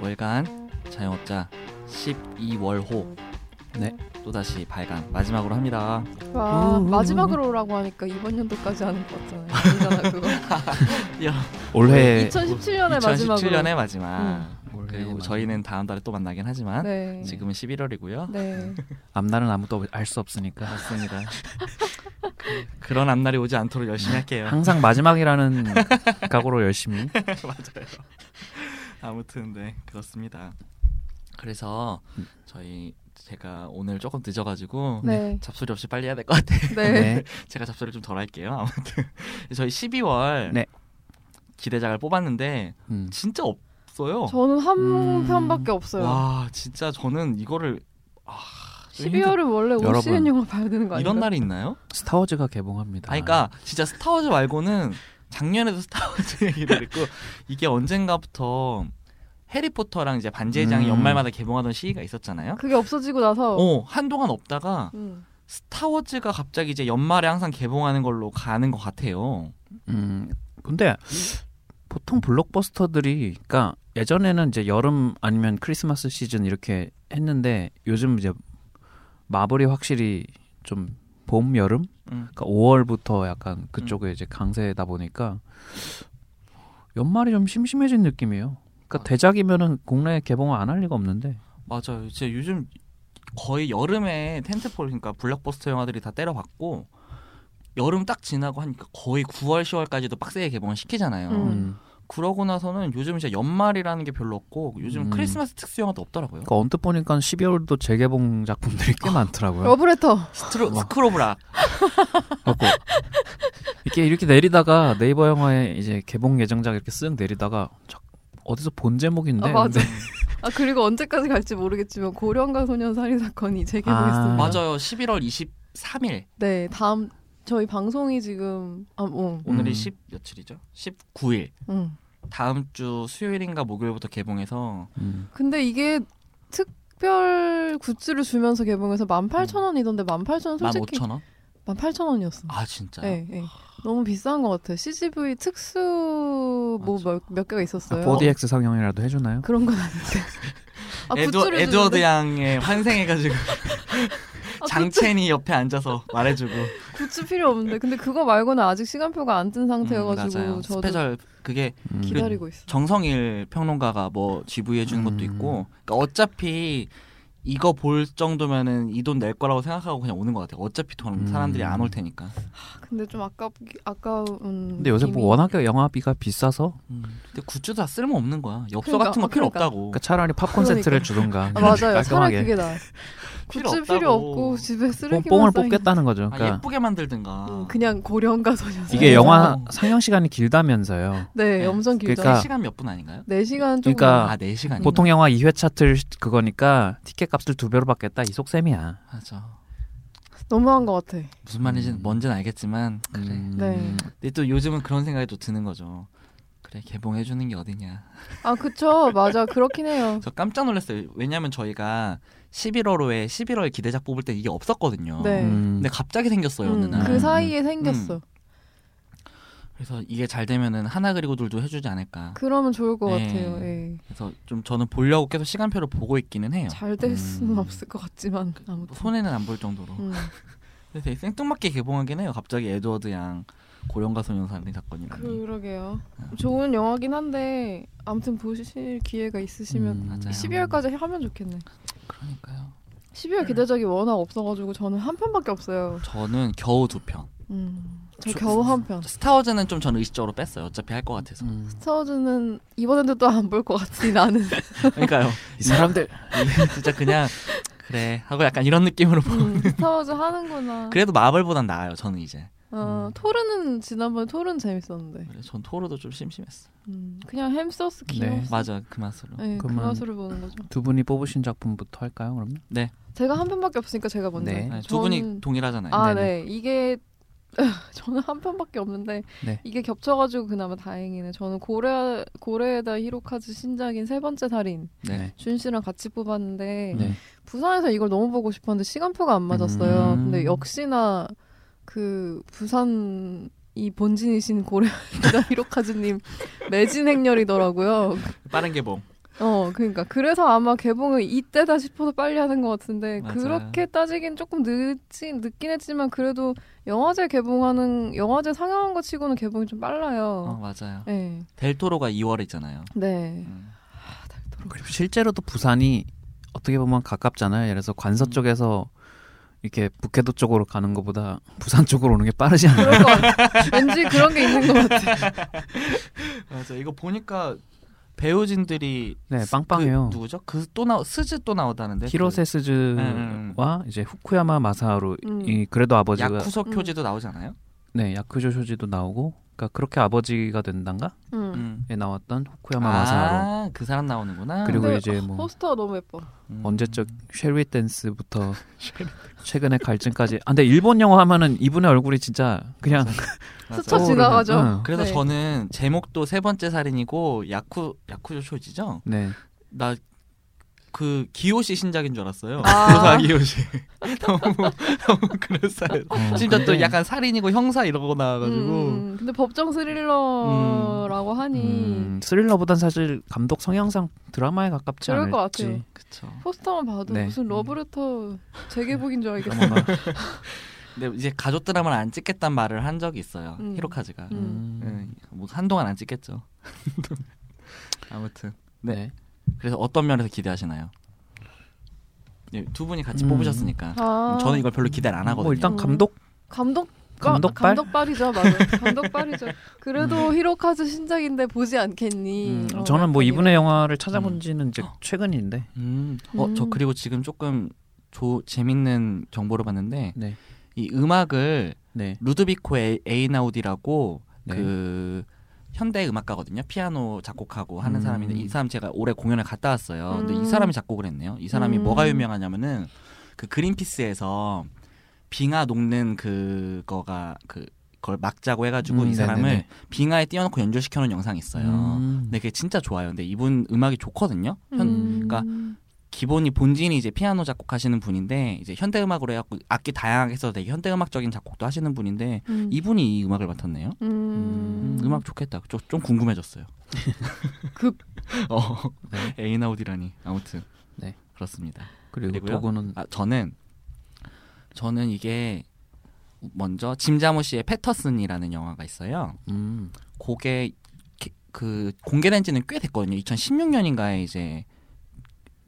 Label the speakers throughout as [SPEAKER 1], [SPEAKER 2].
[SPEAKER 1] 월간 자영업자 12월호
[SPEAKER 2] 네.
[SPEAKER 1] 또다시 발간 마지막으로 합니다.
[SPEAKER 3] 와
[SPEAKER 2] 오, 오,
[SPEAKER 3] 마지막으로 오라고 하니까 이번 연도까지 하는 것 같잖아요. 괜찮아 그거.
[SPEAKER 1] 네.
[SPEAKER 2] 올해
[SPEAKER 3] 2017년에 마지막으로. 음.
[SPEAKER 1] 2017년의 마지막.
[SPEAKER 2] 올해
[SPEAKER 1] 그리고
[SPEAKER 2] 마지막.
[SPEAKER 1] 저희는 다음 달에 또 만나긴 하지만
[SPEAKER 3] 네.
[SPEAKER 1] 지금은 11월이고요.
[SPEAKER 3] 네.
[SPEAKER 2] 앞날은 아무도 알 수 없으니까
[SPEAKER 1] 맞습니다. 그- 그런 앞날이 오지 않도록 열심히
[SPEAKER 3] 네.
[SPEAKER 1] 할게요.
[SPEAKER 2] 항상 마지막이라는 각오로 열심히
[SPEAKER 1] 맞아요. 아무튼 네 그렇습니다. 그래서 저희 제가 오늘 조금 늦어가지고
[SPEAKER 3] 음. 네.
[SPEAKER 1] 잡소리 없이 빨리 해야 될 것 같아요.
[SPEAKER 3] 네.
[SPEAKER 1] 제가 잡소리 좀 덜 할게요. 아무튼 저희 12월
[SPEAKER 2] 네.
[SPEAKER 1] 기대작을 뽑았는데
[SPEAKER 2] 음.
[SPEAKER 1] 진짜 없어요.
[SPEAKER 3] 저는 한
[SPEAKER 2] 음.
[SPEAKER 3] 편밖에 없어요.
[SPEAKER 1] 와 진짜 저는 이거를 아, 좀 힘들-
[SPEAKER 3] 12월은 원래 올
[SPEAKER 2] 여러분,
[SPEAKER 3] 시즌 영화 봐야 되는 거 아니에요?
[SPEAKER 1] 이런 날이 있나요?
[SPEAKER 2] 스타워즈가 개봉합니다.
[SPEAKER 1] 아니, 그러니까 진짜 스타워즈 말고는 작년에도 스타워즈 얘기를 했고 이게 언젠가부터 해리포터랑 이제 반지의 장이
[SPEAKER 2] 음.
[SPEAKER 1] 연말마다 개봉하던 시기가 있었잖아요.
[SPEAKER 3] 그게 없어지고 나서
[SPEAKER 1] 어 한동안 없다가
[SPEAKER 3] 음.
[SPEAKER 1] 스타워즈가 갑자기 이제 연말에 항상 개봉하는 걸로 가는 것 같아요.
[SPEAKER 2] 음, 근데 보통 블록버스터들이 그러니까 예전에는 이제 여름 아니면 크리스마스 시즌 이렇게 했는데 요즘 이제 마블이 확실히 좀 봄 여름
[SPEAKER 1] 음.
[SPEAKER 2] 그러니까 5월부터 약간 그쪽에 이제 강세다 보니까 연말이 좀 심심해진 느낌이에요. 그러니까
[SPEAKER 1] 맞아.
[SPEAKER 2] 대작이면은 국내에 개봉을 안 할 리가 없는데
[SPEAKER 1] 맞아요. 진짜 요즘 거의 여름에 텐트폴 그러니까 블록버스터 영화들이 다 때려봤고 여름 딱 지나고 하니까 거의 9월 10월까지도 빡세게 개봉을 시키잖아요.
[SPEAKER 3] 음.
[SPEAKER 2] 음.
[SPEAKER 1] 그러고 나서는 요즘 이제 연말이라는 게 별로 없고 요즘
[SPEAKER 2] 음.
[SPEAKER 1] 크리스마스 특수 영화도 없더라고요.
[SPEAKER 2] 그러니까 언뜻 보니까 12월도 재개봉 작품들이
[SPEAKER 3] 어.
[SPEAKER 2] 꽤 많더라고요.
[SPEAKER 3] 러브레터.
[SPEAKER 1] 스트로, 스크로브라.
[SPEAKER 2] 갖고 이렇게 이렇게 내리다가 네이버 영화에 이제 개봉 예정작 이렇게 쓱 내리다가 자- 어디서 본 제목인데
[SPEAKER 3] 아, 맞아.
[SPEAKER 2] 근데
[SPEAKER 3] 아 그리고 언제까지 갈지 모르겠지만 고령가 소년 살인 사건이 재개봉했습니다.
[SPEAKER 2] 아.
[SPEAKER 1] 음. 맞아요. 11월 23일.
[SPEAKER 3] 네 다음 저희 방송이 지금 아 뭐.
[SPEAKER 1] 오늘이
[SPEAKER 2] 음.
[SPEAKER 1] 10 며칠이죠? 19일.
[SPEAKER 3] 음.
[SPEAKER 1] 다음 주 수요일인가 목요일부터 개봉해서
[SPEAKER 2] 음.
[SPEAKER 3] 근데 이게 특별 굿즈를 주면서
[SPEAKER 1] 음.
[SPEAKER 3] 개봉해서 18,000원이던데 18,000원 어, 솔직히
[SPEAKER 1] 15,000원?
[SPEAKER 3] 18,000원이었어.
[SPEAKER 1] 아 진짜요?
[SPEAKER 3] 네, 네. 너무 비싼 것 같아요. CGV 특수 뭐
[SPEAKER 1] 맞아.
[SPEAKER 3] 몇 몇 개가 있었어요.
[SPEAKER 2] 4DX 상영이라도 해주나요?
[SPEAKER 3] 그런 건 아닌데. 아,
[SPEAKER 1] 에드,
[SPEAKER 3] 굿즈를
[SPEAKER 1] 에드워드
[SPEAKER 3] 주는데-
[SPEAKER 1] 양의 환생해가지고
[SPEAKER 3] 아, 음,
[SPEAKER 1] 장첸이 옆에 앉아서 말해주고
[SPEAKER 3] 굿즈, 굿즈 필요 없는데 근데 그거 말고는 아직 시간표가 안 뜬 상태여가지고
[SPEAKER 1] 음, 맞아요.
[SPEAKER 3] 저도
[SPEAKER 1] 스페셜 그게
[SPEAKER 2] 음.
[SPEAKER 3] 기다리고 있어. 요
[SPEAKER 1] 정성일 평론가가 뭐 GV 해주는 것도
[SPEAKER 2] 음.
[SPEAKER 1] 있고 그러니까 어차피 이거 볼 정도면은 이 돈 낼 거라고 생각하고 그냥 오는 것 같아요. 어차피 돈
[SPEAKER 2] 음.
[SPEAKER 1] 사람들이 안 올 테니까.
[SPEAKER 3] 근데 좀 아깝 아까운.
[SPEAKER 2] 근데 요새
[SPEAKER 3] 느낌이-
[SPEAKER 2] 뭐 워낙에 영화비가
[SPEAKER 1] 뭐.
[SPEAKER 2] 비싸서
[SPEAKER 1] 근데 굿즈도 다 쓸모 없는 거야. 엽서
[SPEAKER 3] 그러니까,
[SPEAKER 1] 같은 거
[SPEAKER 3] 아,
[SPEAKER 1] 필요
[SPEAKER 3] 그러니까.
[SPEAKER 1] 없다고.
[SPEAKER 2] 음. 그러니까 차라리 팝콘
[SPEAKER 3] 그러니까.
[SPEAKER 2] 세트를 주던가
[SPEAKER 3] 아, 맞아요. 차라리
[SPEAKER 2] 깔끔하게
[SPEAKER 3] 그게 나.
[SPEAKER 1] 필요
[SPEAKER 3] 굿즈
[SPEAKER 1] 없다고.
[SPEAKER 3] 필요 없고 집에
[SPEAKER 2] 뽕,
[SPEAKER 3] 쓰레기만
[SPEAKER 2] 뽕을
[SPEAKER 3] 쌓이는-
[SPEAKER 2] 뽑겠다는 거죠.
[SPEAKER 1] 아,
[SPEAKER 2] 그러니까
[SPEAKER 1] 예쁘게 만들든가.
[SPEAKER 3] 음, 그냥 고령가 소녀.
[SPEAKER 2] 이게
[SPEAKER 1] 영-
[SPEAKER 2] 영화
[SPEAKER 1] 어.
[SPEAKER 2] 상영 시간이 길다면서요.
[SPEAKER 3] 네,
[SPEAKER 1] 네.
[SPEAKER 3] 엄청 길죠.
[SPEAKER 2] 그러니까-
[SPEAKER 1] 시간 몇 분 아닌가요?
[SPEAKER 3] 네 시간 좀.
[SPEAKER 2] 그러니까
[SPEAKER 1] 아, 4시간이.
[SPEAKER 2] 보통 영화 2회 차트 그거니까 티켓 값을 두 배로 받겠다 이 속셈이야.
[SPEAKER 1] 맞아.
[SPEAKER 3] 너무한 것 같아.
[SPEAKER 1] 무슨 말인지
[SPEAKER 2] 음.
[SPEAKER 1] 뭔지는 알겠지만 그래.
[SPEAKER 3] 네.
[SPEAKER 1] 근데 또 요즘은 그런 생각이 또 드는 거죠. 그래 개봉해 주는 게 어디냐.
[SPEAKER 3] 아 그쵸 맞아 그렇긴 해요.
[SPEAKER 1] 저 깜짝 놀랐어요. 왜냐면 저희가 11월호에 11월 기대작 뽑을 때 이게 없었거든요.
[SPEAKER 3] 네.
[SPEAKER 2] 음.
[SPEAKER 1] 근데 갑자기 생겼어요 어느
[SPEAKER 3] 음,
[SPEAKER 1] 날.
[SPEAKER 3] 그 사이에 생겼어.
[SPEAKER 1] 그래서 이게 잘 되면은 하나 그리고 둘도 해주지 않을까.
[SPEAKER 3] 그러면 좋을 것
[SPEAKER 1] 네.
[SPEAKER 3] 같아요. 예.
[SPEAKER 1] 그래서 좀 저는 보려고 계속 시간표를 보고 있기는 해요.
[SPEAKER 3] 잘 될 수는
[SPEAKER 2] 음.
[SPEAKER 3] 없을 것 같지만 아무튼.
[SPEAKER 1] 손해는 안 볼 정도로.
[SPEAKER 3] 음.
[SPEAKER 1] 근데 되게 생뚱맞게 개봉하긴 해요. 갑자기 에드워드 양 고령가 소년 살인 사건이라는. 게.
[SPEAKER 3] 그러게요. 좋은 영화긴 한데 아무튼 보실 기회가 있으시면
[SPEAKER 2] 음,
[SPEAKER 1] 맞아요.
[SPEAKER 3] 12월까지 하면 좋겠네.
[SPEAKER 1] 그러니까요.
[SPEAKER 3] 12월 기대작이 워낙 없어가지고 저는 한 편밖에 없어요.
[SPEAKER 1] 저는 겨우 두 편.
[SPEAKER 3] 음. 저
[SPEAKER 1] 저-
[SPEAKER 3] 겨우 한 편.
[SPEAKER 1] 스타워즈는 좀 저는 의식적으로 뺐어요. 어차피 할 것 같아서.
[SPEAKER 2] 음.
[SPEAKER 3] 스타워즈는 이번에도 또 안 볼 것 같지 나는.
[SPEAKER 1] 그러니까요.
[SPEAKER 2] 이 사람들
[SPEAKER 1] 이게 진짜 그냥 그래 하고 약간 이런 느낌으로 보.
[SPEAKER 3] 음, 스타워즈 하는구나.
[SPEAKER 1] 그래도 마블보단 나아요. 저는 이제.
[SPEAKER 2] 음.
[SPEAKER 3] 어, 토르는 지난번에 토르는 재밌었는데.
[SPEAKER 1] 그래, 전 토르도 좀 심심했어.
[SPEAKER 3] 음, 그냥 햄소스
[SPEAKER 2] 네.
[SPEAKER 3] 귀여워.
[SPEAKER 1] 맞아 그 맛으로.
[SPEAKER 3] 네, 그
[SPEAKER 2] 그만.
[SPEAKER 3] 맛으로 보는 거죠.
[SPEAKER 2] 두 분이 뽑으신 작품부터 할까요? 그러면
[SPEAKER 3] 제가 한 편밖에 없으니까 제가 먼저.
[SPEAKER 2] 네.
[SPEAKER 1] 아니,
[SPEAKER 3] 할게요.
[SPEAKER 1] 두 분이
[SPEAKER 3] 저는-
[SPEAKER 1] 동일하잖아요.
[SPEAKER 3] 아,
[SPEAKER 2] 네네.
[SPEAKER 3] 네. 이게 저는 한 편밖에 없는데
[SPEAKER 2] 네.
[SPEAKER 3] 이게 겹쳐가지고 그나마 다행이네. 저는 고레 고레에다 히로카즈 신작인 세 번째 살인
[SPEAKER 1] 네.
[SPEAKER 3] 준 씨랑 같이 뽑았는데
[SPEAKER 2] 네.
[SPEAKER 3] 부산에서 이걸 너무 보고 싶었는데 시간표가 안 맞았어요.
[SPEAKER 1] 음.
[SPEAKER 3] 근데 역시나 그 부산 이 본진이신 고레다 히로카즈님 매진 행렬이더라고요.
[SPEAKER 1] 빠른 뭐. 개봉.
[SPEAKER 3] 어, 그러니까 그래서 아마 개봉을 이때다 싶어서 빨리 하는 것 같은데
[SPEAKER 1] 맞아요.
[SPEAKER 3] 그렇게 따지긴 조금 늦긴 늦긴 했지만 그래도 영화제 개봉하는 영화제 상영한 거 치고는 개봉이 좀
[SPEAKER 1] 어,
[SPEAKER 3] 빨라요.
[SPEAKER 1] 맞아요.
[SPEAKER 3] 네,
[SPEAKER 1] 델토로가 2월에 있잖아요.
[SPEAKER 3] 네.
[SPEAKER 1] 음.
[SPEAKER 2] 아, 그리고 실제로도 부산이 어떻게 보면 가깝잖아요. 예를 들어서 관서
[SPEAKER 1] 음.
[SPEAKER 2] 쪽에서 이렇게 북해도 쪽으로 가는 것보다 부산 쪽으로 오는 게 빠르지 않아요?
[SPEAKER 3] 그럴 것 같아. 왠지 그런 게 있는 것 같아.
[SPEAKER 1] 맞아. 이거 보니까 배우진들이
[SPEAKER 2] 네, 빵빵해요.
[SPEAKER 1] 그 누구죠? 그 또 나오 스즈 또 나오다는데. 그
[SPEAKER 2] 히로세
[SPEAKER 1] 네. 음,
[SPEAKER 2] 스즈와 이제 후쿠야마 마사하루
[SPEAKER 3] 음.
[SPEAKER 2] 이 그래도
[SPEAKER 1] 그
[SPEAKER 2] 아버지가
[SPEAKER 1] 야쿠소
[SPEAKER 3] 음.
[SPEAKER 1] 교지도 나오잖아요.
[SPEAKER 2] 네 야쿠조 쇼지도 나오고 그러니까 그렇게 아버지가 된단가에
[SPEAKER 3] 음.
[SPEAKER 1] 음.
[SPEAKER 2] 나왔던 후쿠야마 마사하루
[SPEAKER 1] 아, 그 사람 나오는구나.
[SPEAKER 2] 그리고
[SPEAKER 3] 근데
[SPEAKER 2] 이제 뭐
[SPEAKER 3] 포스터가 너무 예뻐.
[SPEAKER 1] 음.
[SPEAKER 2] 언제적 쉐리 댄스부터 최근에 갈증까지. 아, 근데 일본 영화 하면은 이분의 얼굴이 진짜 그냥
[SPEAKER 1] 맞아요.
[SPEAKER 3] 스쳐 지나가죠.
[SPEAKER 2] 응.
[SPEAKER 1] 그래서
[SPEAKER 3] 네.
[SPEAKER 1] 저는 제목도 세 번째 살인이고 야쿠 야쿠조 쇼지죠.
[SPEAKER 2] 네.
[SPEAKER 1] 나 그 기요시 신작인 줄 알았어요.
[SPEAKER 3] 아.
[SPEAKER 1] 고사 기요시. 너무 너무 아, 그럴싸해.
[SPEAKER 2] 어,
[SPEAKER 1] 심지어 또
[SPEAKER 2] 근데-
[SPEAKER 1] 약간 살인이고 형사 이러고 나와가지고
[SPEAKER 3] 음, 근데 법정 스릴러라고 하니
[SPEAKER 2] 음, 스릴러보단 사실 감독 성향상 드라마에 가깝지
[SPEAKER 3] 그럴
[SPEAKER 2] 않을지.
[SPEAKER 3] 것 같아요.
[SPEAKER 1] 그쵸.
[SPEAKER 3] 포스터만 봐도
[SPEAKER 2] 네.
[SPEAKER 3] 무슨 러브레터 재개봉인 줄 알겠어.
[SPEAKER 2] 뭔가,
[SPEAKER 1] 근데 이제 가족 드라마를 안 찍겠단 말을 한 적이 있어요.
[SPEAKER 3] 음.
[SPEAKER 1] 히로카즈가.
[SPEAKER 3] 음.
[SPEAKER 1] 예, 뭐 한동안 안 찍겠죠. 아무튼
[SPEAKER 2] 네.
[SPEAKER 1] 그래서 어떤 면에서 기대하시나요? 예, 두 분이 같이
[SPEAKER 2] 음.
[SPEAKER 1] 뽑으셨으니까
[SPEAKER 3] 아,
[SPEAKER 1] 저는 이걸 별로 기대를 안 하거든요.
[SPEAKER 2] 뭐 일단 감독
[SPEAKER 3] 감독
[SPEAKER 2] 감독발?
[SPEAKER 3] 감독발이죠, 맞아요. 감독발이죠.
[SPEAKER 1] 음.
[SPEAKER 3] 그래도 히로카즈 신작인데 보지 않겠니?
[SPEAKER 2] 음,
[SPEAKER 3] 어,
[SPEAKER 2] 저는 뭐
[SPEAKER 3] 약간
[SPEAKER 2] 이분의 영화를 찾아본
[SPEAKER 1] 음.
[SPEAKER 2] 지는 이제 최근인데.
[SPEAKER 1] 음. 어,
[SPEAKER 3] 음.
[SPEAKER 1] 저 그리고 지금 조금 조, 재밌는 정보를 봤는데
[SPEAKER 2] 네.
[SPEAKER 1] 이 음악을
[SPEAKER 2] 네.
[SPEAKER 1] 루드비코 에- 에이나우디라고
[SPEAKER 2] 네.
[SPEAKER 1] 그 현대 음악가거든요. 피아노 작곡하고 하는
[SPEAKER 2] 음.
[SPEAKER 1] 사람인데 이 사람 제가 올해 공연을 갔다 왔어요. 근데
[SPEAKER 3] 음.
[SPEAKER 1] 이 사람이 작곡을 했네요. 이 사람이
[SPEAKER 3] 음.
[SPEAKER 1] 뭐가 유명하냐면은 그 그린피스에서 빙하 녹는 그거가 그 그걸 막자고 해가지고
[SPEAKER 2] 음,
[SPEAKER 1] 이 사람을
[SPEAKER 2] 네네네.
[SPEAKER 1] 빙하에 띄워놓고 연주시켜놓은 영상이 있어요.
[SPEAKER 2] 음.
[SPEAKER 1] 근데 그게 진짜 좋아요. 근데 이분 음악이 좋거든요. 현,
[SPEAKER 3] 음.
[SPEAKER 1] 그러니까 기본이 본진이 이제 피아노 작곡하시는 분인데 이제 현대 음악으로 해갖고 악기 다양하게 해서 되게 현대 음악적인 작곡도 하시는 분인데
[SPEAKER 3] 음.
[SPEAKER 1] 이분이 이 음악을 맡았네요.
[SPEAKER 3] 음.
[SPEAKER 1] 음, 음악 좋겠다. 좀, 좀 궁금해졌어요.
[SPEAKER 3] 급.
[SPEAKER 1] 어, 에이나우디라니. 아무튼.
[SPEAKER 2] 네.
[SPEAKER 1] 그렇습니다.
[SPEAKER 2] 그리고
[SPEAKER 1] 그리고요?
[SPEAKER 2] 도구는
[SPEAKER 1] 아, 저는 저는 이게 먼저 짐자모 씨의 패터슨이라는 영화가 있어요.
[SPEAKER 2] 음.
[SPEAKER 1] 그게 게- 그 공개된 지는 꽤 됐거든요. 2016년인가에 이제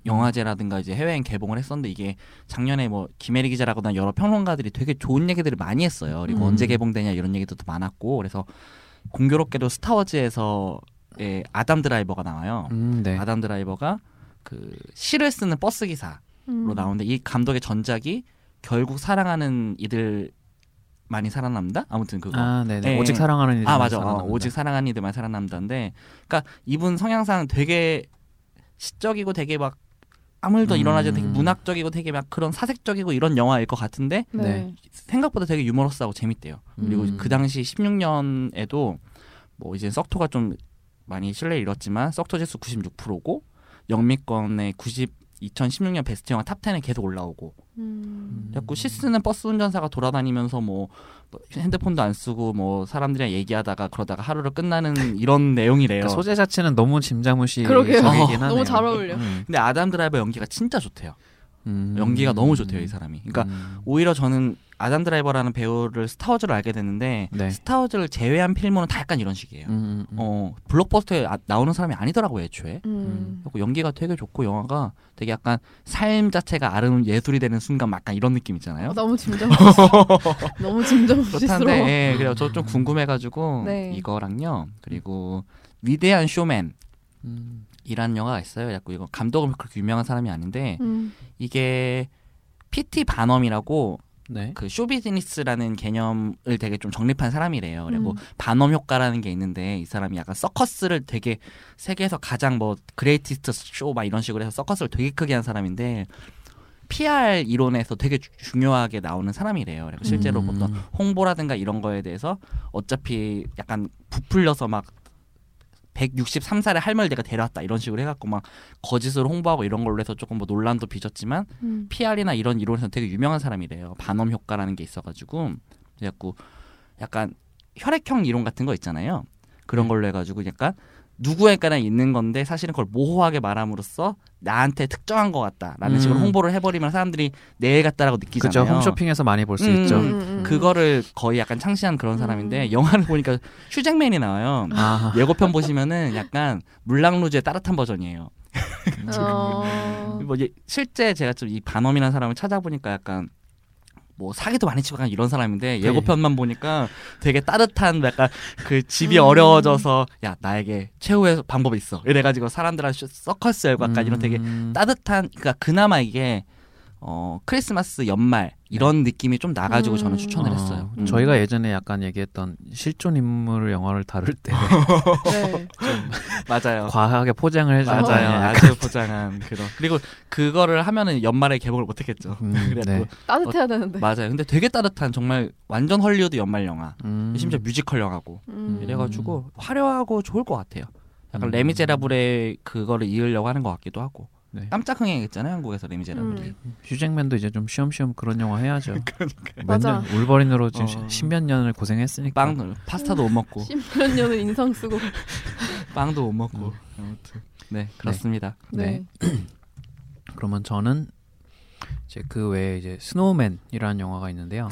[SPEAKER 1] 영화제라든가 이제 해외행 개봉을 했었는데 이게 작년에 뭐 김혜리 기자라거나 여러 평론가들이 되게 좋은 얘기들을 많이 했어요. 그리고
[SPEAKER 2] 음.
[SPEAKER 1] 언제 개봉되냐 이런 얘기도 또 많았고 그래서 공교롭게도 스타워즈에서 의 아담 드라이버가 나와요.
[SPEAKER 2] 음, 네.
[SPEAKER 1] 아담 드라이버가 그 시를 쓰는 버스 기사로
[SPEAKER 3] 음.
[SPEAKER 1] 나오는데 이 감독의 전작이 결국 사랑하는 이들 많이 살아남다. 아무튼 그거.
[SPEAKER 2] 아, 네, 네.
[SPEAKER 1] 예.
[SPEAKER 2] 오직 사랑하는 일.
[SPEAKER 1] 아 맞아 어, 오직 사랑하는 이들만 살아남다인데 그러니까 이분 성향상 되게 시적이고 되게 막 아무 일도
[SPEAKER 2] 음.
[SPEAKER 1] 일어나지 않는 되게 문학적이고 되게 막 그런 사색적이고 이런 영화일 것 같은데
[SPEAKER 3] 네.
[SPEAKER 2] 네.
[SPEAKER 1] 생각보다 되게 유머러스하고 재밌대요 그리고
[SPEAKER 2] 음.
[SPEAKER 1] 그 당시 16년에도 뭐 이제 썩토가 좀 많이 신뢰 잃었지만 썩토 지수 96%고 영미권의 90 2016년 베스트 영화 탑 10에 계속 올라오고
[SPEAKER 3] 음.
[SPEAKER 1] 자꾸 시스는 버스 운전사가 돌아다니면서 뭐 핸드폰도 안 쓰고 뭐 사람들이랑 얘기하다가 그러다가 하루를 끝나는 이런 내용이래요.
[SPEAKER 2] 그러니까 소재 자체는 너무 짐자무시.
[SPEAKER 3] 그러게요.
[SPEAKER 2] 적이긴 하네요.
[SPEAKER 3] 너무 잘 어울려.
[SPEAKER 2] 음.
[SPEAKER 1] 근데 아담 드라이버 연기가 진짜 좋대요.
[SPEAKER 2] 음.
[SPEAKER 1] 연기가 너무 좋대요 이 사람이. 그러니까
[SPEAKER 2] 음.
[SPEAKER 1] 오히려 저는 아담 드라이버라는 배우를 스타워즈로 알게 됐는데
[SPEAKER 2] 네.
[SPEAKER 1] 스타워즈를 제외한 필모는 다 약간 이런 식이에요.
[SPEAKER 2] 음, 음,
[SPEAKER 1] 어 블록버스터에 아- 나오는 사람이 아니더라고요 애초에.
[SPEAKER 3] 음.
[SPEAKER 1] 그리고 연기가 되게 좋고 영화가 되게 약간 삶 자체가 아름 예술이 되는 순간 막 약간 이런 느낌
[SPEAKER 3] 어,
[SPEAKER 1] 있잖아요.
[SPEAKER 3] 너무 짐작. 너무 짐작스러워.
[SPEAKER 1] 음. 그렇다는데 예, 그래요. 저 좀 궁금해가지고
[SPEAKER 3] 네.
[SPEAKER 1] 이거랑요. 그리고 위대한 쇼맨이라는
[SPEAKER 2] 음.
[SPEAKER 1] 영화가 있어요. 자꾸 이거 감독은 그렇게 유명한 사람이 아닌데
[SPEAKER 3] 음.
[SPEAKER 1] 이게 PT 반엄이라고
[SPEAKER 2] 네.
[SPEAKER 1] 그 쇼비즈니스라는 개념을 되게 좀 정립한 사람이래요. 그리고
[SPEAKER 3] 음.
[SPEAKER 1] 반엄 효과라는 게 있는데 이 사람이 약간 서커스를 되게 세계에서 가장 뭐 그레이티스트 쇼 막 이런 식으로 해서 서커스를 되게 크게 한 사람인데 PR 이론에서 되게 주- 중요하게 나오는 사람이래요. 그리고 실제로
[SPEAKER 2] 음.
[SPEAKER 1] 보통 홍보라든가 이런 거에 대해서 어차피 약간 부풀려서 막 163살의 할머니 내가 데려왔다 이런 식으로 해갖고 막 거짓으로 홍보하고 이런 걸로 해서 조금 뭐 논란도 빚었지만
[SPEAKER 3] 음.
[SPEAKER 1] PR이나 이런 이론에서 되게 유명한 사람이래요. 반엄 효과라는 게 있어가지고
[SPEAKER 2] 네.
[SPEAKER 1] 그래갖고 약간 혈액형 이론 같은 거 있잖아요. 그런 걸로 해가지고 약간 누구에게나 있는 건데 사실은 그걸 모호하게 말함으로써 나한테 특정한 것 같다라는
[SPEAKER 2] 음.
[SPEAKER 1] 식으로 홍보를 해버리면 사람들이 내일 같다라고
[SPEAKER 2] 그죠.
[SPEAKER 1] 느끼잖아요.
[SPEAKER 2] 홈쇼핑에서 많이 볼 수
[SPEAKER 1] 음,
[SPEAKER 2] 있죠.
[SPEAKER 1] 음. 그거를 거의 약간 창시한 그런 사람인데 영화를 보니까 슈잭맨이 나와요.
[SPEAKER 2] 음. 아,
[SPEAKER 1] 예고편 보시면은 약간 물랑루즈의 따뜻한 버전이에요.
[SPEAKER 3] 어...
[SPEAKER 1] 뭐 예- 실제 제가 좀 이 반엄이라는 사람을 찾아보니까 약간 뭐 사기도 많이 치고 약간 이런
[SPEAKER 2] 네.
[SPEAKER 1] 사람인데 예고편만 보니까 되게 따뜻한 약간 그 집이
[SPEAKER 3] 음.
[SPEAKER 1] 어려워져서 야 나에게 최후의 방법이 있어 이래가지고 사람들한테 서커스 열과까지 이런 되게
[SPEAKER 2] 음.
[SPEAKER 1] 따뜻한 그러니까 그나마 이게 어 크리스마스 연말 이런 느낌이 좀 나가지고 저는 추천을
[SPEAKER 2] 어,
[SPEAKER 1] 했어요. 음.
[SPEAKER 2] 네. 저희가 예전에 약간 얘기했던 실존 인물을 영화를 다룰 때
[SPEAKER 3] 네.
[SPEAKER 1] 맞아요.
[SPEAKER 2] 과하게 포장을 해주는
[SPEAKER 1] 맞아요.
[SPEAKER 2] 거 아니야?
[SPEAKER 1] 아주 포장한 그런 그리고 그거를 하면은 연말에 개봉을 못했겠죠.
[SPEAKER 2] 음,
[SPEAKER 1] 그래갖고
[SPEAKER 2] 네.
[SPEAKER 3] 따뜻해야 되는데.
[SPEAKER 1] 맞아요. 근데 되게 따뜻한 정말 완전 헐리우드 연말 영화.
[SPEAKER 2] 음.
[SPEAKER 1] 심지어 뮤지컬 영화고
[SPEAKER 3] 음.
[SPEAKER 1] 이래가지고 화려하고 좋을 것 같아요. 약간
[SPEAKER 2] 음.
[SPEAKER 1] 레미제라블의 그거를 이으려고 하는 것 같기도 하고
[SPEAKER 2] 네.
[SPEAKER 1] 깜짝 흥행했잖아요 한국에서 레미제라블이.
[SPEAKER 2] 음. 휴잭맨도 이제 좀 쉬엄쉬엄 그런 영화 해야죠.
[SPEAKER 3] 맞아.
[SPEAKER 2] 몇년 울버린으로 지금
[SPEAKER 1] 어.
[SPEAKER 2] 십몇 년을 고생했으니까.
[SPEAKER 1] 빵도 파스타도 못 먹고
[SPEAKER 3] 10년 년은 인상 쓰고.
[SPEAKER 1] 빵도 못
[SPEAKER 2] 음.
[SPEAKER 1] 먹고 아무튼 네 그렇습니다.
[SPEAKER 3] 네.
[SPEAKER 2] 그러면 저는 이제 그 외에 이제 스노우맨이라는 영화가 있는데요.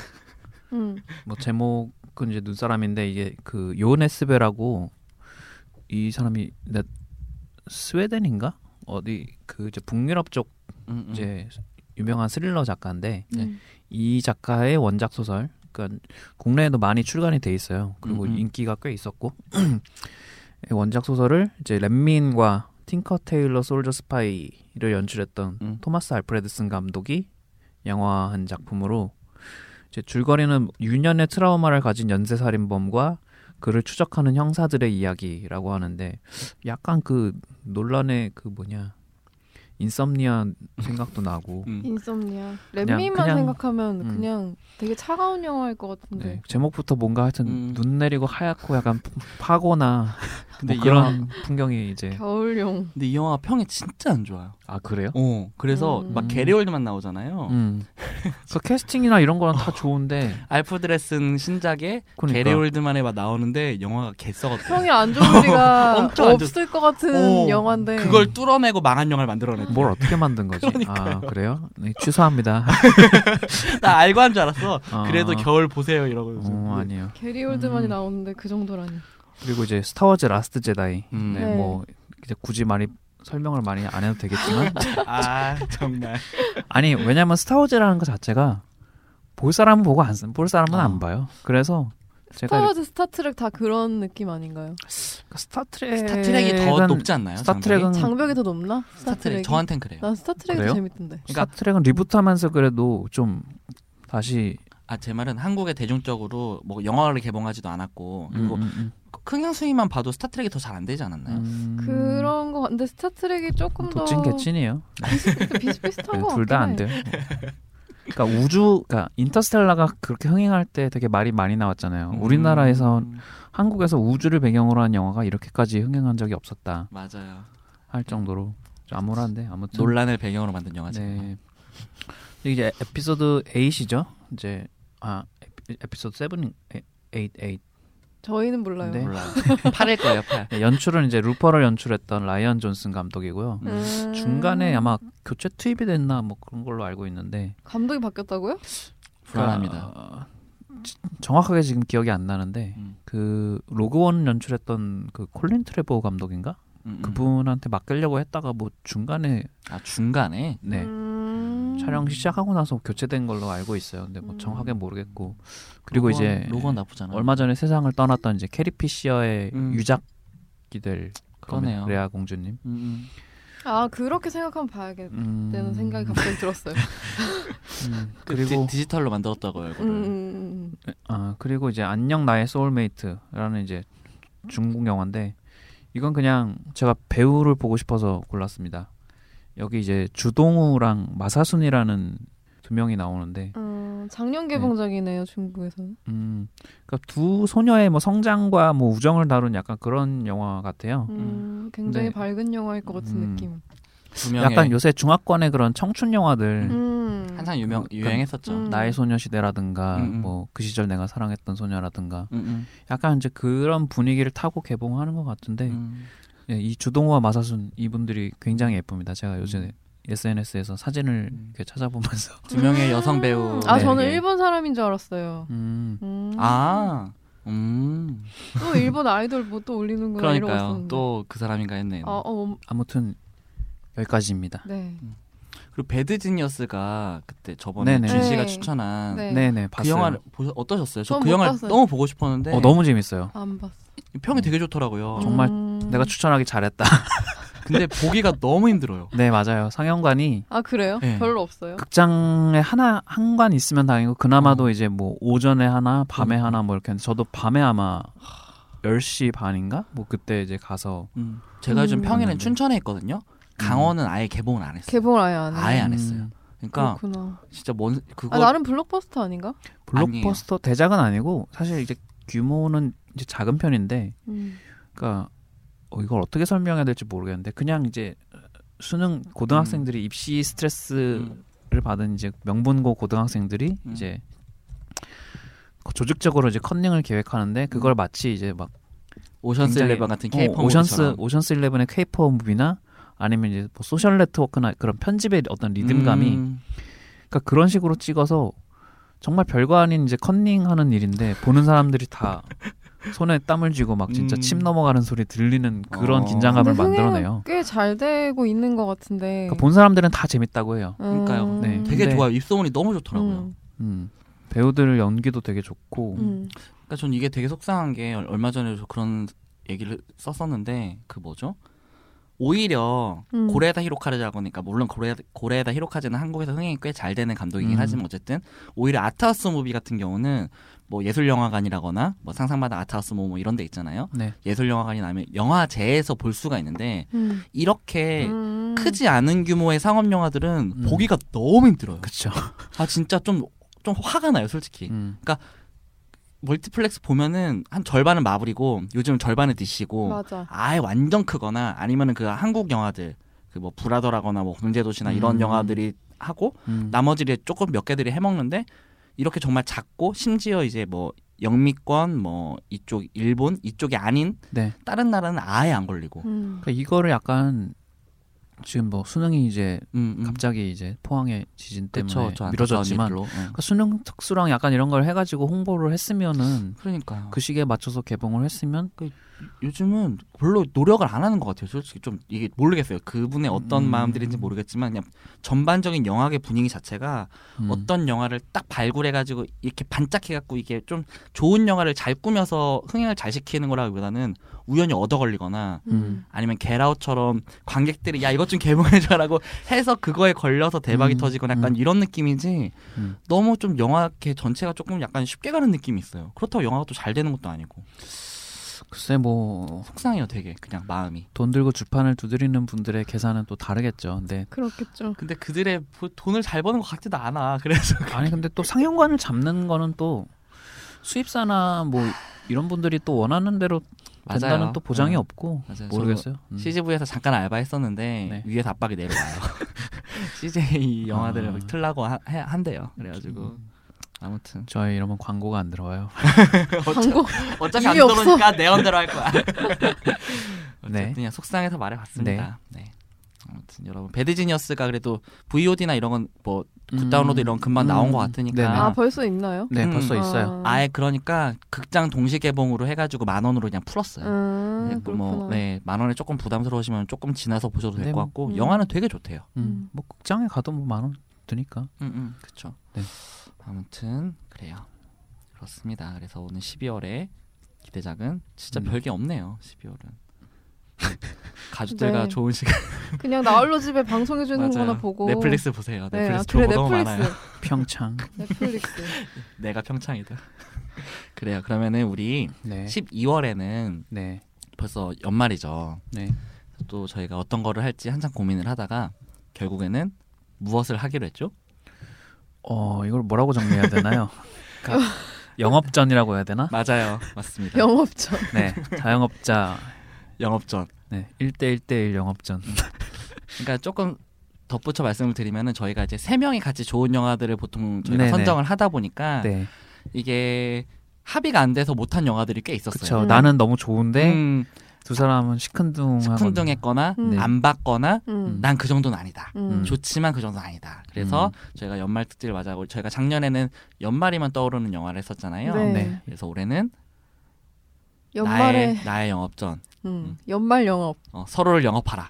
[SPEAKER 3] 음.
[SPEAKER 2] 뭐 제목은 이제 눈사람인데 이게 그 요네스베라고 이 사람이 네, 스웨덴인가 어디 그 이제 북유럽 쪽
[SPEAKER 1] 음, 음.
[SPEAKER 2] 이제 유명한 스릴러 작가인데
[SPEAKER 1] 네.
[SPEAKER 3] 음.
[SPEAKER 2] 이 작가의 원작 소설 그러니까 국내에도 많이 출간이 돼 있어요. 그리고
[SPEAKER 1] 음, 음.
[SPEAKER 2] 인기가 꽤 있었고 이 원작 소설을 이제 렛민과 팅커 테일러 솔저 스파이를 연출했던
[SPEAKER 1] 음.
[SPEAKER 2] 토마스 알프레드슨 감독이 영화한 작품으로 이제 줄거리는 유년의 트라우마를 가진 연쇄 살인범과 그를 추적하는 형사들의 이야기라고 하는데 약간 그 논란의 그 뭐냐 인썸니아 생각도 나고
[SPEAKER 1] 음.
[SPEAKER 3] 인썸니아.
[SPEAKER 2] 그냥-
[SPEAKER 3] 램미만
[SPEAKER 2] 그냥-
[SPEAKER 3] 생각하면
[SPEAKER 2] 음.
[SPEAKER 3] 그냥 되게 차가운 영화일 것
[SPEAKER 2] 네,
[SPEAKER 3] 같은데.
[SPEAKER 2] 제목부터 뭔가 하여튼
[SPEAKER 1] 음.
[SPEAKER 2] 눈 내리고 하얗고 약간 파고나
[SPEAKER 1] 근데
[SPEAKER 2] 뭐
[SPEAKER 1] 이 영화
[SPEAKER 2] 그런 풍경이 이제
[SPEAKER 3] 겨울용.
[SPEAKER 1] 근데 이 영화 평이 진짜 안 좋아요.
[SPEAKER 2] 아 그래요?
[SPEAKER 1] 어 그래서
[SPEAKER 3] 음.
[SPEAKER 1] 막 게리올드만 나오잖아요.
[SPEAKER 2] 음. 그 캐스팅이나 이런 거랑
[SPEAKER 1] 어.
[SPEAKER 2] 다 좋은데
[SPEAKER 1] 알프드레슨 신작에
[SPEAKER 2] 그러니까.
[SPEAKER 1] 게리올드만에 막 나오는데 영화가 개썩었대.
[SPEAKER 3] 평이 안 좋은 리가
[SPEAKER 1] 엄청 안 좋-
[SPEAKER 3] 없을 것 같은
[SPEAKER 1] 어,
[SPEAKER 2] 네.
[SPEAKER 3] 영화인데.
[SPEAKER 1] 그걸 뚫어내고 망한 영화를 만들어냈대.
[SPEAKER 2] 뭘 어떻게 만든 거지? 아 그래요? 네, 취소합니다.
[SPEAKER 1] 나 알고 한 줄 알았어.
[SPEAKER 2] 아.
[SPEAKER 1] 그래도 겨울 보세요 이러고.
[SPEAKER 2] 어, 아니에요.
[SPEAKER 3] 게리 올드만이
[SPEAKER 2] 음.
[SPEAKER 3] 나오는데 그 정도라니.
[SPEAKER 2] 그리고 이제 스타워즈 라스트 제다이.
[SPEAKER 1] 음.
[SPEAKER 2] 네,
[SPEAKER 3] 네.
[SPEAKER 2] 뭐 이제 굳이 많이 설명을 많이 안 해도 되겠지만
[SPEAKER 1] 아 정말.
[SPEAKER 2] 아니 왜냐면 스타워즈라는 것 자체가 볼 사람은 보고 안 쓴- 볼 사람은
[SPEAKER 1] 어.
[SPEAKER 2] 안 봐요. 그래서 제가 그러니까
[SPEAKER 3] 스타워즈 스타트랙 다 그런 느낌 아닌가요?
[SPEAKER 2] 스타트랙
[SPEAKER 1] 스타트랙이 더 높지 않나요?
[SPEAKER 2] 스타트랙은
[SPEAKER 3] 장벽이 더 높나? 스타트랙.
[SPEAKER 1] 스타트랙 저한텐 그래요.
[SPEAKER 3] 난 스타트랙이
[SPEAKER 2] 그래요?
[SPEAKER 3] 재밌던데.
[SPEAKER 1] 그러니까-
[SPEAKER 2] 스타트랙은 리부트하면서 그래도 좀 다시
[SPEAKER 1] 아 제 말은 한국의 대중적으로 뭐 영화를 개봉하지도 않았고 그리고
[SPEAKER 2] 음, 음,
[SPEAKER 1] 흥행 수위만 봐도 스타트랙이 더 잘 안 되지
[SPEAKER 2] 음.
[SPEAKER 1] 않았나요?
[SPEAKER 3] 그런 거 같은데 스타트랙이 조금 더
[SPEAKER 2] 도찐 개찐이에요. 네,
[SPEAKER 3] 비슷비슷한 거 같긴
[SPEAKER 2] 둘 다 안
[SPEAKER 3] 해.
[SPEAKER 2] 돼요. 그러니까 우주, 그러니까 인터스텔라가 그렇게 흥행할 때 되게 말이 많이 나왔잖아요. 우리나라에서
[SPEAKER 1] 음,
[SPEAKER 2] 한국에서 우주를 배경으로 한 영화가 이렇게까지 흥행한 적이 없었다
[SPEAKER 1] 맞아요.
[SPEAKER 2] 할 정도로 좀 암울한데 아무튼
[SPEAKER 1] 논란을 배경으로 만든 영화죠.
[SPEAKER 2] 네. 이제 에피소드 8이죠. 이제 아 에피- 에피소드 7, 8, 8.
[SPEAKER 3] 저희는 몰라요.
[SPEAKER 2] 네.
[SPEAKER 1] 몰라요. 팔일 거예요 팔.
[SPEAKER 2] 네, 연출은 이제 루퍼를 연출했던 라이언 존슨 감독이고요.
[SPEAKER 3] 음.
[SPEAKER 2] 중간에 아마 교체 투입이 됐나 뭐 그런 걸로 알고 있는데
[SPEAKER 3] 감독이 바뀌었다고요?
[SPEAKER 1] 불안합니다.
[SPEAKER 2] 어, 지- 정확하게 지금 기억이 안 나는데
[SPEAKER 1] 음.
[SPEAKER 2] 그 로그원 연출했던 그 콜린 트레보 감독인가
[SPEAKER 1] 음, 음.
[SPEAKER 2] 그분한테 맡기려고 했다가 뭐 중간에
[SPEAKER 1] 아 중간에
[SPEAKER 2] 네
[SPEAKER 3] 음.
[SPEAKER 2] 촬영 시작하고 나서 교체된 걸로 알고 있어요. 근데 뭐
[SPEAKER 3] 음.
[SPEAKER 2] 정확하게 모르겠고 그리고
[SPEAKER 1] 로건-
[SPEAKER 2] 이제
[SPEAKER 1] 로건 나쁘잖아.
[SPEAKER 2] 얼마 전에 세상을 떠났던 이제 캐리 피셔의
[SPEAKER 1] 음.
[SPEAKER 2] 유작이 될
[SPEAKER 1] 그러네요.
[SPEAKER 2] 레아 공주님.
[SPEAKER 1] 음, 음.
[SPEAKER 3] 아 그렇게 생각하면 봐야겠다는
[SPEAKER 2] 음.
[SPEAKER 3] 생각이 갑자기 들었어요.
[SPEAKER 2] 음.
[SPEAKER 1] 그 디,
[SPEAKER 2] 그리고
[SPEAKER 1] 디지털로 만들었다고요 이거를.
[SPEAKER 3] 음.
[SPEAKER 2] 아 그리고 이제 안녕 나의 소울메이트라는 이제 중국 영화인데 이건 그냥 제가 배우를 보고 싶어서 골랐습니다. 여기 이제 주동우랑 마사순이라는 두 명이 나오는데
[SPEAKER 3] 어, 작년 개봉작이네요 중국에서는.
[SPEAKER 2] 음 그러니까 두 소녀의 뭐 성장과 뭐 우정을 다룬 약간 그런 영화 같아요.
[SPEAKER 3] 음, 굉장히
[SPEAKER 2] 네.
[SPEAKER 3] 밝은 영화일 것 같은
[SPEAKER 2] 음.
[SPEAKER 3] 느낌.
[SPEAKER 1] 두 명의
[SPEAKER 2] 약간 요새 중화권의 그런 청춘 영화들
[SPEAKER 3] 음.
[SPEAKER 1] 한창 유명
[SPEAKER 2] 그-
[SPEAKER 1] 유행했었죠.
[SPEAKER 3] 음.
[SPEAKER 2] 나의 소녀시대라든가
[SPEAKER 1] 음, 음.
[SPEAKER 2] 뭐 그 시절 내가 사랑했던 소녀라든가
[SPEAKER 1] 음, 음.
[SPEAKER 2] 약간 이제 그런 분위기를 타고 개봉하는 것 같은데
[SPEAKER 1] 음.
[SPEAKER 2] 예, 이 주동호와 마사순 이분들이 굉장히 예쁩니다. 제가 요즘에 SNS에서 사진을
[SPEAKER 1] 음.
[SPEAKER 2] 이렇게 찾아보면서
[SPEAKER 1] 두 명의 여성 배우.
[SPEAKER 3] 아
[SPEAKER 2] 네,
[SPEAKER 3] 저는
[SPEAKER 1] 네.
[SPEAKER 3] 일본 사람인 줄 알았어요.
[SPEAKER 2] 음,
[SPEAKER 3] 음.
[SPEAKER 1] 아, 음.
[SPEAKER 3] 또 일본 아이돌 뭐 또 올리는구나 이러고
[SPEAKER 1] 그러니까요.
[SPEAKER 3] 있었는데.
[SPEAKER 1] 또 그 사람인가 했네요.
[SPEAKER 3] 아, 어,
[SPEAKER 2] 아무튼 여기까지입니다.
[SPEAKER 3] 네.
[SPEAKER 1] 그리고 배드 지니어스가 그때 저번에
[SPEAKER 2] 네네.
[SPEAKER 1] 준 씨가
[SPEAKER 3] 네.
[SPEAKER 1] 추천한
[SPEAKER 3] 네.
[SPEAKER 2] 네, 네,
[SPEAKER 1] 그
[SPEAKER 2] 봤어요.
[SPEAKER 1] 영화를 네. 보셔, 어떠셨어요? 저
[SPEAKER 3] 전
[SPEAKER 1] 그
[SPEAKER 3] 못
[SPEAKER 1] 영화를
[SPEAKER 3] 봤어요.
[SPEAKER 1] 너무 보고 싶었는데
[SPEAKER 2] 어, 너무 재밌어요.
[SPEAKER 3] 안 봤어.
[SPEAKER 1] 평이 되게 좋더라고요.
[SPEAKER 2] 정말
[SPEAKER 3] 음.
[SPEAKER 2] 내가 추천하기 잘했다.
[SPEAKER 1] 근데 보기가 너무 힘들어요.
[SPEAKER 2] 네, 맞아요. 상영관이
[SPEAKER 3] 아 그래요?
[SPEAKER 1] 네.
[SPEAKER 3] 별로 없어요.
[SPEAKER 2] 극장에 하나 한 관 있으면 다행이고 그나마도
[SPEAKER 1] 어.
[SPEAKER 2] 이제 뭐 오전에 하나 밤에
[SPEAKER 1] 음.
[SPEAKER 2] 하나 뭐 이렇게 했는데 저도 밤에 아마 10시 반인가? 뭐 그때 이제 가서
[SPEAKER 1] 음. 제가 요즘
[SPEAKER 3] 음.
[SPEAKER 1] 평일엔
[SPEAKER 2] 음.
[SPEAKER 1] 춘천에 있거든요. 강원은 아예 개봉을 안 했어요.
[SPEAKER 3] 개봉을 아예 안 해.
[SPEAKER 1] 아예 네, 안 했어요.
[SPEAKER 2] 음,
[SPEAKER 1] 그러니까
[SPEAKER 3] 그렇구나.
[SPEAKER 1] 진짜 뭔 그거
[SPEAKER 3] 아 나름 블록버스터 아닌가?
[SPEAKER 2] 블록버스터 대작은 아니고 사실 이제 규모는 이제 작은 편인데
[SPEAKER 3] 음.
[SPEAKER 2] 그러니까 어, 이걸 어떻게 설명해야 될지 모르겠는데 그냥 이제 수능 고등학생들이 입시 스트레스를
[SPEAKER 1] 음.
[SPEAKER 2] 받은 이제 명분고 고등학생들이
[SPEAKER 1] 음.
[SPEAKER 2] 이제 그 조직적으로 이제 컨닝을 계획하는데 그걸 마치 이제 막
[SPEAKER 1] 오션스
[SPEAKER 2] 굉장히-
[SPEAKER 1] 일레븐 같은
[SPEAKER 2] 어,
[SPEAKER 1] 음. 케이팝
[SPEAKER 2] 오션스 오션스 일레븐의 케이퍼 무비나 아니면 이제 뭐 소셜 네트워크나 그런 편집의 어떤
[SPEAKER 1] 음.
[SPEAKER 2] 리듬감이 그러니까 그런 식으로 찍어서 정말 별거 아닌 이제 컨닝하는 일인데 보는 사람들이 다 손에 땀을 쥐고 막 진짜
[SPEAKER 1] 음.
[SPEAKER 2] 침 넘어가는 소리 들리는 그런
[SPEAKER 1] 어.
[SPEAKER 2] 긴장감을
[SPEAKER 3] 근데 흥행은 네.
[SPEAKER 2] 만들어내요.
[SPEAKER 3] 꽤 잘 되고 있는 것 같은데.
[SPEAKER 2] 그러니까 본 사람들은 다 재밌다고 해요.
[SPEAKER 1] 그러니까요.
[SPEAKER 2] 네.
[SPEAKER 1] 되게
[SPEAKER 2] 근데-
[SPEAKER 1] 좋아요. 입소문이 너무 좋더라고요.
[SPEAKER 3] 음,
[SPEAKER 2] 음. 배우들 연기도 되게 좋고
[SPEAKER 3] 음.
[SPEAKER 1] 그러니까 전 이게 되게 속상한 게 얼- 얼마 전에 저 그런 얘기를 썼었는데 그 뭐죠? 오히려
[SPEAKER 3] 음.
[SPEAKER 1] 고레다 히로카즈라고니까 물론 고레 고레다 히로카즈는 한국에서 흥행이 꽤 잘 되는 감독이긴
[SPEAKER 2] 음.
[SPEAKER 1] 하지만 어쨌든 오히려 아트하우스 무비 같은 경우는 뭐 예술 영화관이라거나 뭐 상상마다 아트하우스 뭐, 뭐 이런 데 있잖아요.
[SPEAKER 2] 네.
[SPEAKER 1] 예술 영화관이 나면 영화제에서 볼 수가 있는데
[SPEAKER 3] 음.
[SPEAKER 1] 이렇게
[SPEAKER 3] 음.
[SPEAKER 1] 예, 크지 않은 규모의 상업 영화들은
[SPEAKER 2] 음.
[SPEAKER 1] 보기가 너무 힘들어요.
[SPEAKER 2] 그렇죠.
[SPEAKER 1] 아 진짜 좀 좀 화가 나요, 솔직히.
[SPEAKER 2] 음.
[SPEAKER 1] 멀티플렉스 보면은 한 절반은 마블이고 요즘 은 절반은 DC고
[SPEAKER 3] 맞아.
[SPEAKER 1] 아예 완전 크거나 아니면은 그 한국 영화들 그 뭐 브라더라거나 뭐 범죄도시나 이런
[SPEAKER 2] 음.
[SPEAKER 1] 영화들이 하고
[SPEAKER 2] 음.
[SPEAKER 1] 나머지를 조금 몇 개들이 해먹는데 이렇게 정말 작고 심지어 이제 뭐 영미권 뭐 이쪽 일본 이쪽이 아닌
[SPEAKER 2] 네.
[SPEAKER 1] 다른 나라는 아예 안 걸리고
[SPEAKER 3] 음.
[SPEAKER 2] 그러니까 이거를 약간 지금 뭐 수능이 이제
[SPEAKER 1] 음, 음.
[SPEAKER 2] 갑자기 이제 포항의 지진 때문에
[SPEAKER 1] 그쵸, 저 안타까운
[SPEAKER 2] 미뤄졌지만
[SPEAKER 1] 일로. 어. 응.
[SPEAKER 2] 그러니까 수능 특수랑 약간 이런 걸 해가지고 홍보를 했으면은
[SPEAKER 1] 그러니까요.
[SPEAKER 2] 그 시기에 맞춰서 개봉을 했으면
[SPEAKER 1] 요즘은 별로 노력을 안 하는 것 같아요. 솔직히 좀 이게 모르겠어요. 그분의 어떤
[SPEAKER 2] 음.
[SPEAKER 1] 마음들인지 모르겠지만 그냥 전반적인 영화계 분위기 자체가
[SPEAKER 2] 음,
[SPEAKER 1] 어떤 영화를 딱 발굴해가지고 이렇게 반짝해갖고 이게 좀 좋은 영화를 잘 꾸며서 흥행을 잘 시키는 거라기보다는 우연히 얻어 걸리거나
[SPEAKER 2] 음.
[SPEAKER 1] 아니면 겟아웃처럼 관객들이 야 이것 좀 개봉해줘라고 해서 그거에 걸려서 대박이
[SPEAKER 2] 음,
[SPEAKER 1] 터지거나 약간
[SPEAKER 2] 음.
[SPEAKER 1] 이런 느낌이지
[SPEAKER 2] 음.
[SPEAKER 1] 너무 좀 영화계 전체가 조금 약간 쉽게 가는 느낌이 있어요. 그렇다고 영화가 또 잘 되는 것도 아니고
[SPEAKER 2] 글쎄 뭐 돈
[SPEAKER 1] 속상해요 되게 그냥 마음이.
[SPEAKER 2] 들고 주판을 두드리는 분들의 계산은 또 다르겠죠. 근데
[SPEAKER 3] 그렇겠죠.
[SPEAKER 1] 근데 그들의 보- 돈을 잘 버는 것 같지도 않아. 그래서
[SPEAKER 2] 아니 근데 또 상영관을 잡는 거는 또 수입사나 뭐 이런 분들이 또 원하는 대로 된다는 또 보장이
[SPEAKER 1] 응.
[SPEAKER 2] 없고
[SPEAKER 1] 음. 맞아요.
[SPEAKER 2] 모르겠어요. 음.
[SPEAKER 1] CGV에서 잠깐 알바했었는데
[SPEAKER 2] 네.
[SPEAKER 1] 위에 답박이 내려와요. CJ 영화들을
[SPEAKER 2] 아.
[SPEAKER 1] 막 틀라고 하, 해- 한대요. 그래가지고 아무튼
[SPEAKER 2] 저희 이러면 광고가 안 들어와요.
[SPEAKER 1] 아,
[SPEAKER 3] 광고.
[SPEAKER 1] 어차피
[SPEAKER 3] 이미
[SPEAKER 1] 안 들어오니까 내 언대로 할 거야.
[SPEAKER 2] 네.
[SPEAKER 1] 어쨌든 그냥 속상해서 말해봤습니다. 네. 아무튼 여러분 배드지니어스가 그래도 VOD나 이런 건뭐 굿다운로드 이런 건 금방 나온
[SPEAKER 2] 음.
[SPEAKER 1] 것 같으니까
[SPEAKER 2] 네네.
[SPEAKER 3] 아 벌써 있나요?
[SPEAKER 2] 네
[SPEAKER 1] 음.
[SPEAKER 2] 벌써 있어요.
[SPEAKER 3] 아.
[SPEAKER 1] 아예 그러니까 극장 동시 개봉으로 해가지고 만 원으로 그냥 풀었어요.
[SPEAKER 3] 음,
[SPEAKER 1] 네, 그 뭐,
[SPEAKER 3] 그렇구나.
[SPEAKER 1] 네, 만 원에 조금 부담스러우시면 조금 지나서 보셔도 될
[SPEAKER 2] 네,
[SPEAKER 1] 것
[SPEAKER 2] 뭐.
[SPEAKER 1] 같고
[SPEAKER 3] 음.
[SPEAKER 1] 영화는 되게 좋대요.
[SPEAKER 2] 음, 뭐 극장에 가도 뭐 만 원 드니까.
[SPEAKER 1] 음, 음, 그렇죠.
[SPEAKER 2] 네.
[SPEAKER 1] 아무튼 그래요. 그렇습니다. 그래서 오늘 12월에 기대작은 진짜
[SPEAKER 2] 음.
[SPEAKER 1] 별게 없네요. 12월은 가족들과
[SPEAKER 3] 네.
[SPEAKER 1] 좋은 시간
[SPEAKER 3] 그냥 나홀로 집에 방송해 주는
[SPEAKER 1] 맞아요.
[SPEAKER 3] 거나 보고.
[SPEAKER 1] 넷플릭스 보세요.
[SPEAKER 3] 네, 아,
[SPEAKER 1] 넷플릭스
[SPEAKER 3] 그래
[SPEAKER 1] 네, 너무
[SPEAKER 3] 넷플릭스.
[SPEAKER 1] 많아요.
[SPEAKER 2] 평창.
[SPEAKER 3] 넷플릭스.
[SPEAKER 1] 내가 평창이다. 그래요. 그러면은 우리
[SPEAKER 2] 네.
[SPEAKER 1] 12월에는
[SPEAKER 2] 네.
[SPEAKER 1] 벌써 연말이죠.
[SPEAKER 2] 네.
[SPEAKER 1] 또 저희가 어떤 거를 할지 한참 고민을 하다가 결국에는 무엇을 하기로 했죠?
[SPEAKER 2] 어 이걸 뭐라고 정리해야 되나요? 가- 영업전이라고 해야 되나?
[SPEAKER 1] 맞아요. 맞습니다.
[SPEAKER 3] 영업점.
[SPEAKER 2] 네, 자영업자
[SPEAKER 1] 영업전.
[SPEAKER 2] 네 1대1대1 영업전.
[SPEAKER 1] 그러니까 조금 덧붙여 말씀을 드리면은 저희가 이제 세 명이 같이 좋은 영화들을 보통 저희가
[SPEAKER 2] 네네.
[SPEAKER 1] 선정을 하다 보니까
[SPEAKER 2] 네,
[SPEAKER 1] 이게 합의가 안 돼서 못한 영화들이 꽤 있었어요.
[SPEAKER 2] 그렇죠.
[SPEAKER 3] 음.
[SPEAKER 2] 나는 너무 좋은데
[SPEAKER 1] 음,
[SPEAKER 2] 두 사람은 시큰둥하거나
[SPEAKER 1] 시큰둥했거나
[SPEAKER 3] 음.
[SPEAKER 1] 안 받거나
[SPEAKER 3] 음.
[SPEAKER 1] 난 그 정도는 아니다.
[SPEAKER 3] 음.
[SPEAKER 1] 좋지만 그 정도는 아니다. 그래서
[SPEAKER 2] 음.
[SPEAKER 1] 저희가 연말 특집을 맞아 우리 저희가 작년에는 연말이만 떠오르는 영화를 했었잖아요.
[SPEAKER 3] 네.
[SPEAKER 2] 네.
[SPEAKER 1] 그래서 올해는
[SPEAKER 3] 연말에
[SPEAKER 1] 나의 나의 영업전
[SPEAKER 3] 음. 연말 영업.
[SPEAKER 1] 어, 서로를 영업하라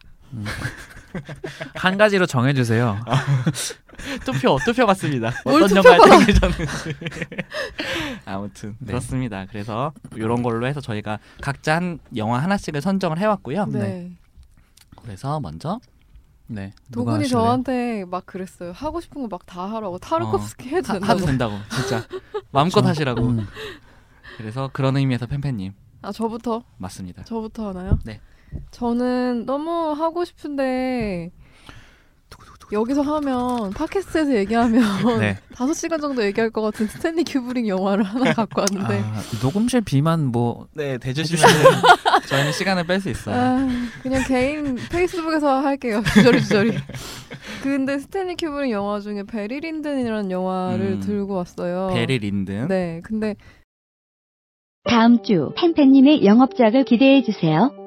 [SPEAKER 2] 한 가지로 정해주세요.
[SPEAKER 1] 투표 투표 받습니다.
[SPEAKER 3] 뭘
[SPEAKER 1] 어떤
[SPEAKER 3] 투표
[SPEAKER 1] 영화를 땡기셨는지 아무튼
[SPEAKER 2] 네.
[SPEAKER 1] 그렇습니다. 그래서 이런 걸로 해서 저희가 각자 한 영화 하나씩을 선정을 해왔고요.
[SPEAKER 3] 네.
[SPEAKER 1] 그래서 먼저
[SPEAKER 2] 네. 누가
[SPEAKER 3] 도군이
[SPEAKER 2] 하실래요?
[SPEAKER 3] 저한테 막 그랬어요. 하고 싶은 거 막 다 하라고 타르코프스키 해도
[SPEAKER 1] 어. 하,
[SPEAKER 3] 된다고. 그렇죠.
[SPEAKER 1] 해도 된다고 진짜 마음껏 하시라고.
[SPEAKER 2] 음.
[SPEAKER 1] 그래서 그런 의미에서 팬팬님
[SPEAKER 3] 아 저부터
[SPEAKER 1] 맞습니다.
[SPEAKER 3] 저부터 하나요?
[SPEAKER 1] 네.
[SPEAKER 3] 저는 너무 하고 싶은데 여기서 하면 팟캐스트에서 얘기하면
[SPEAKER 2] 네.
[SPEAKER 3] 다섯 시간 정도 얘기할 것 같은 스탠리 큐브릭 영화를 하나 갖고 왔는데
[SPEAKER 2] 아, 녹음실 비만 뭐
[SPEAKER 1] 네 대주시면 저희는 시간을 뺄 수 있어요.
[SPEAKER 3] 아, 그냥 개인 페이스북에서 할게요. 주저리 주저리. 근데 스탠리 큐브릭 영화 중에 베리 린든이라는 영화를
[SPEAKER 1] 음.
[SPEAKER 3] 들고 왔어요.
[SPEAKER 1] 베리 린든
[SPEAKER 3] 네. 근데
[SPEAKER 4] 다음 주 팬팬님의 영업작을 기대해 주세요.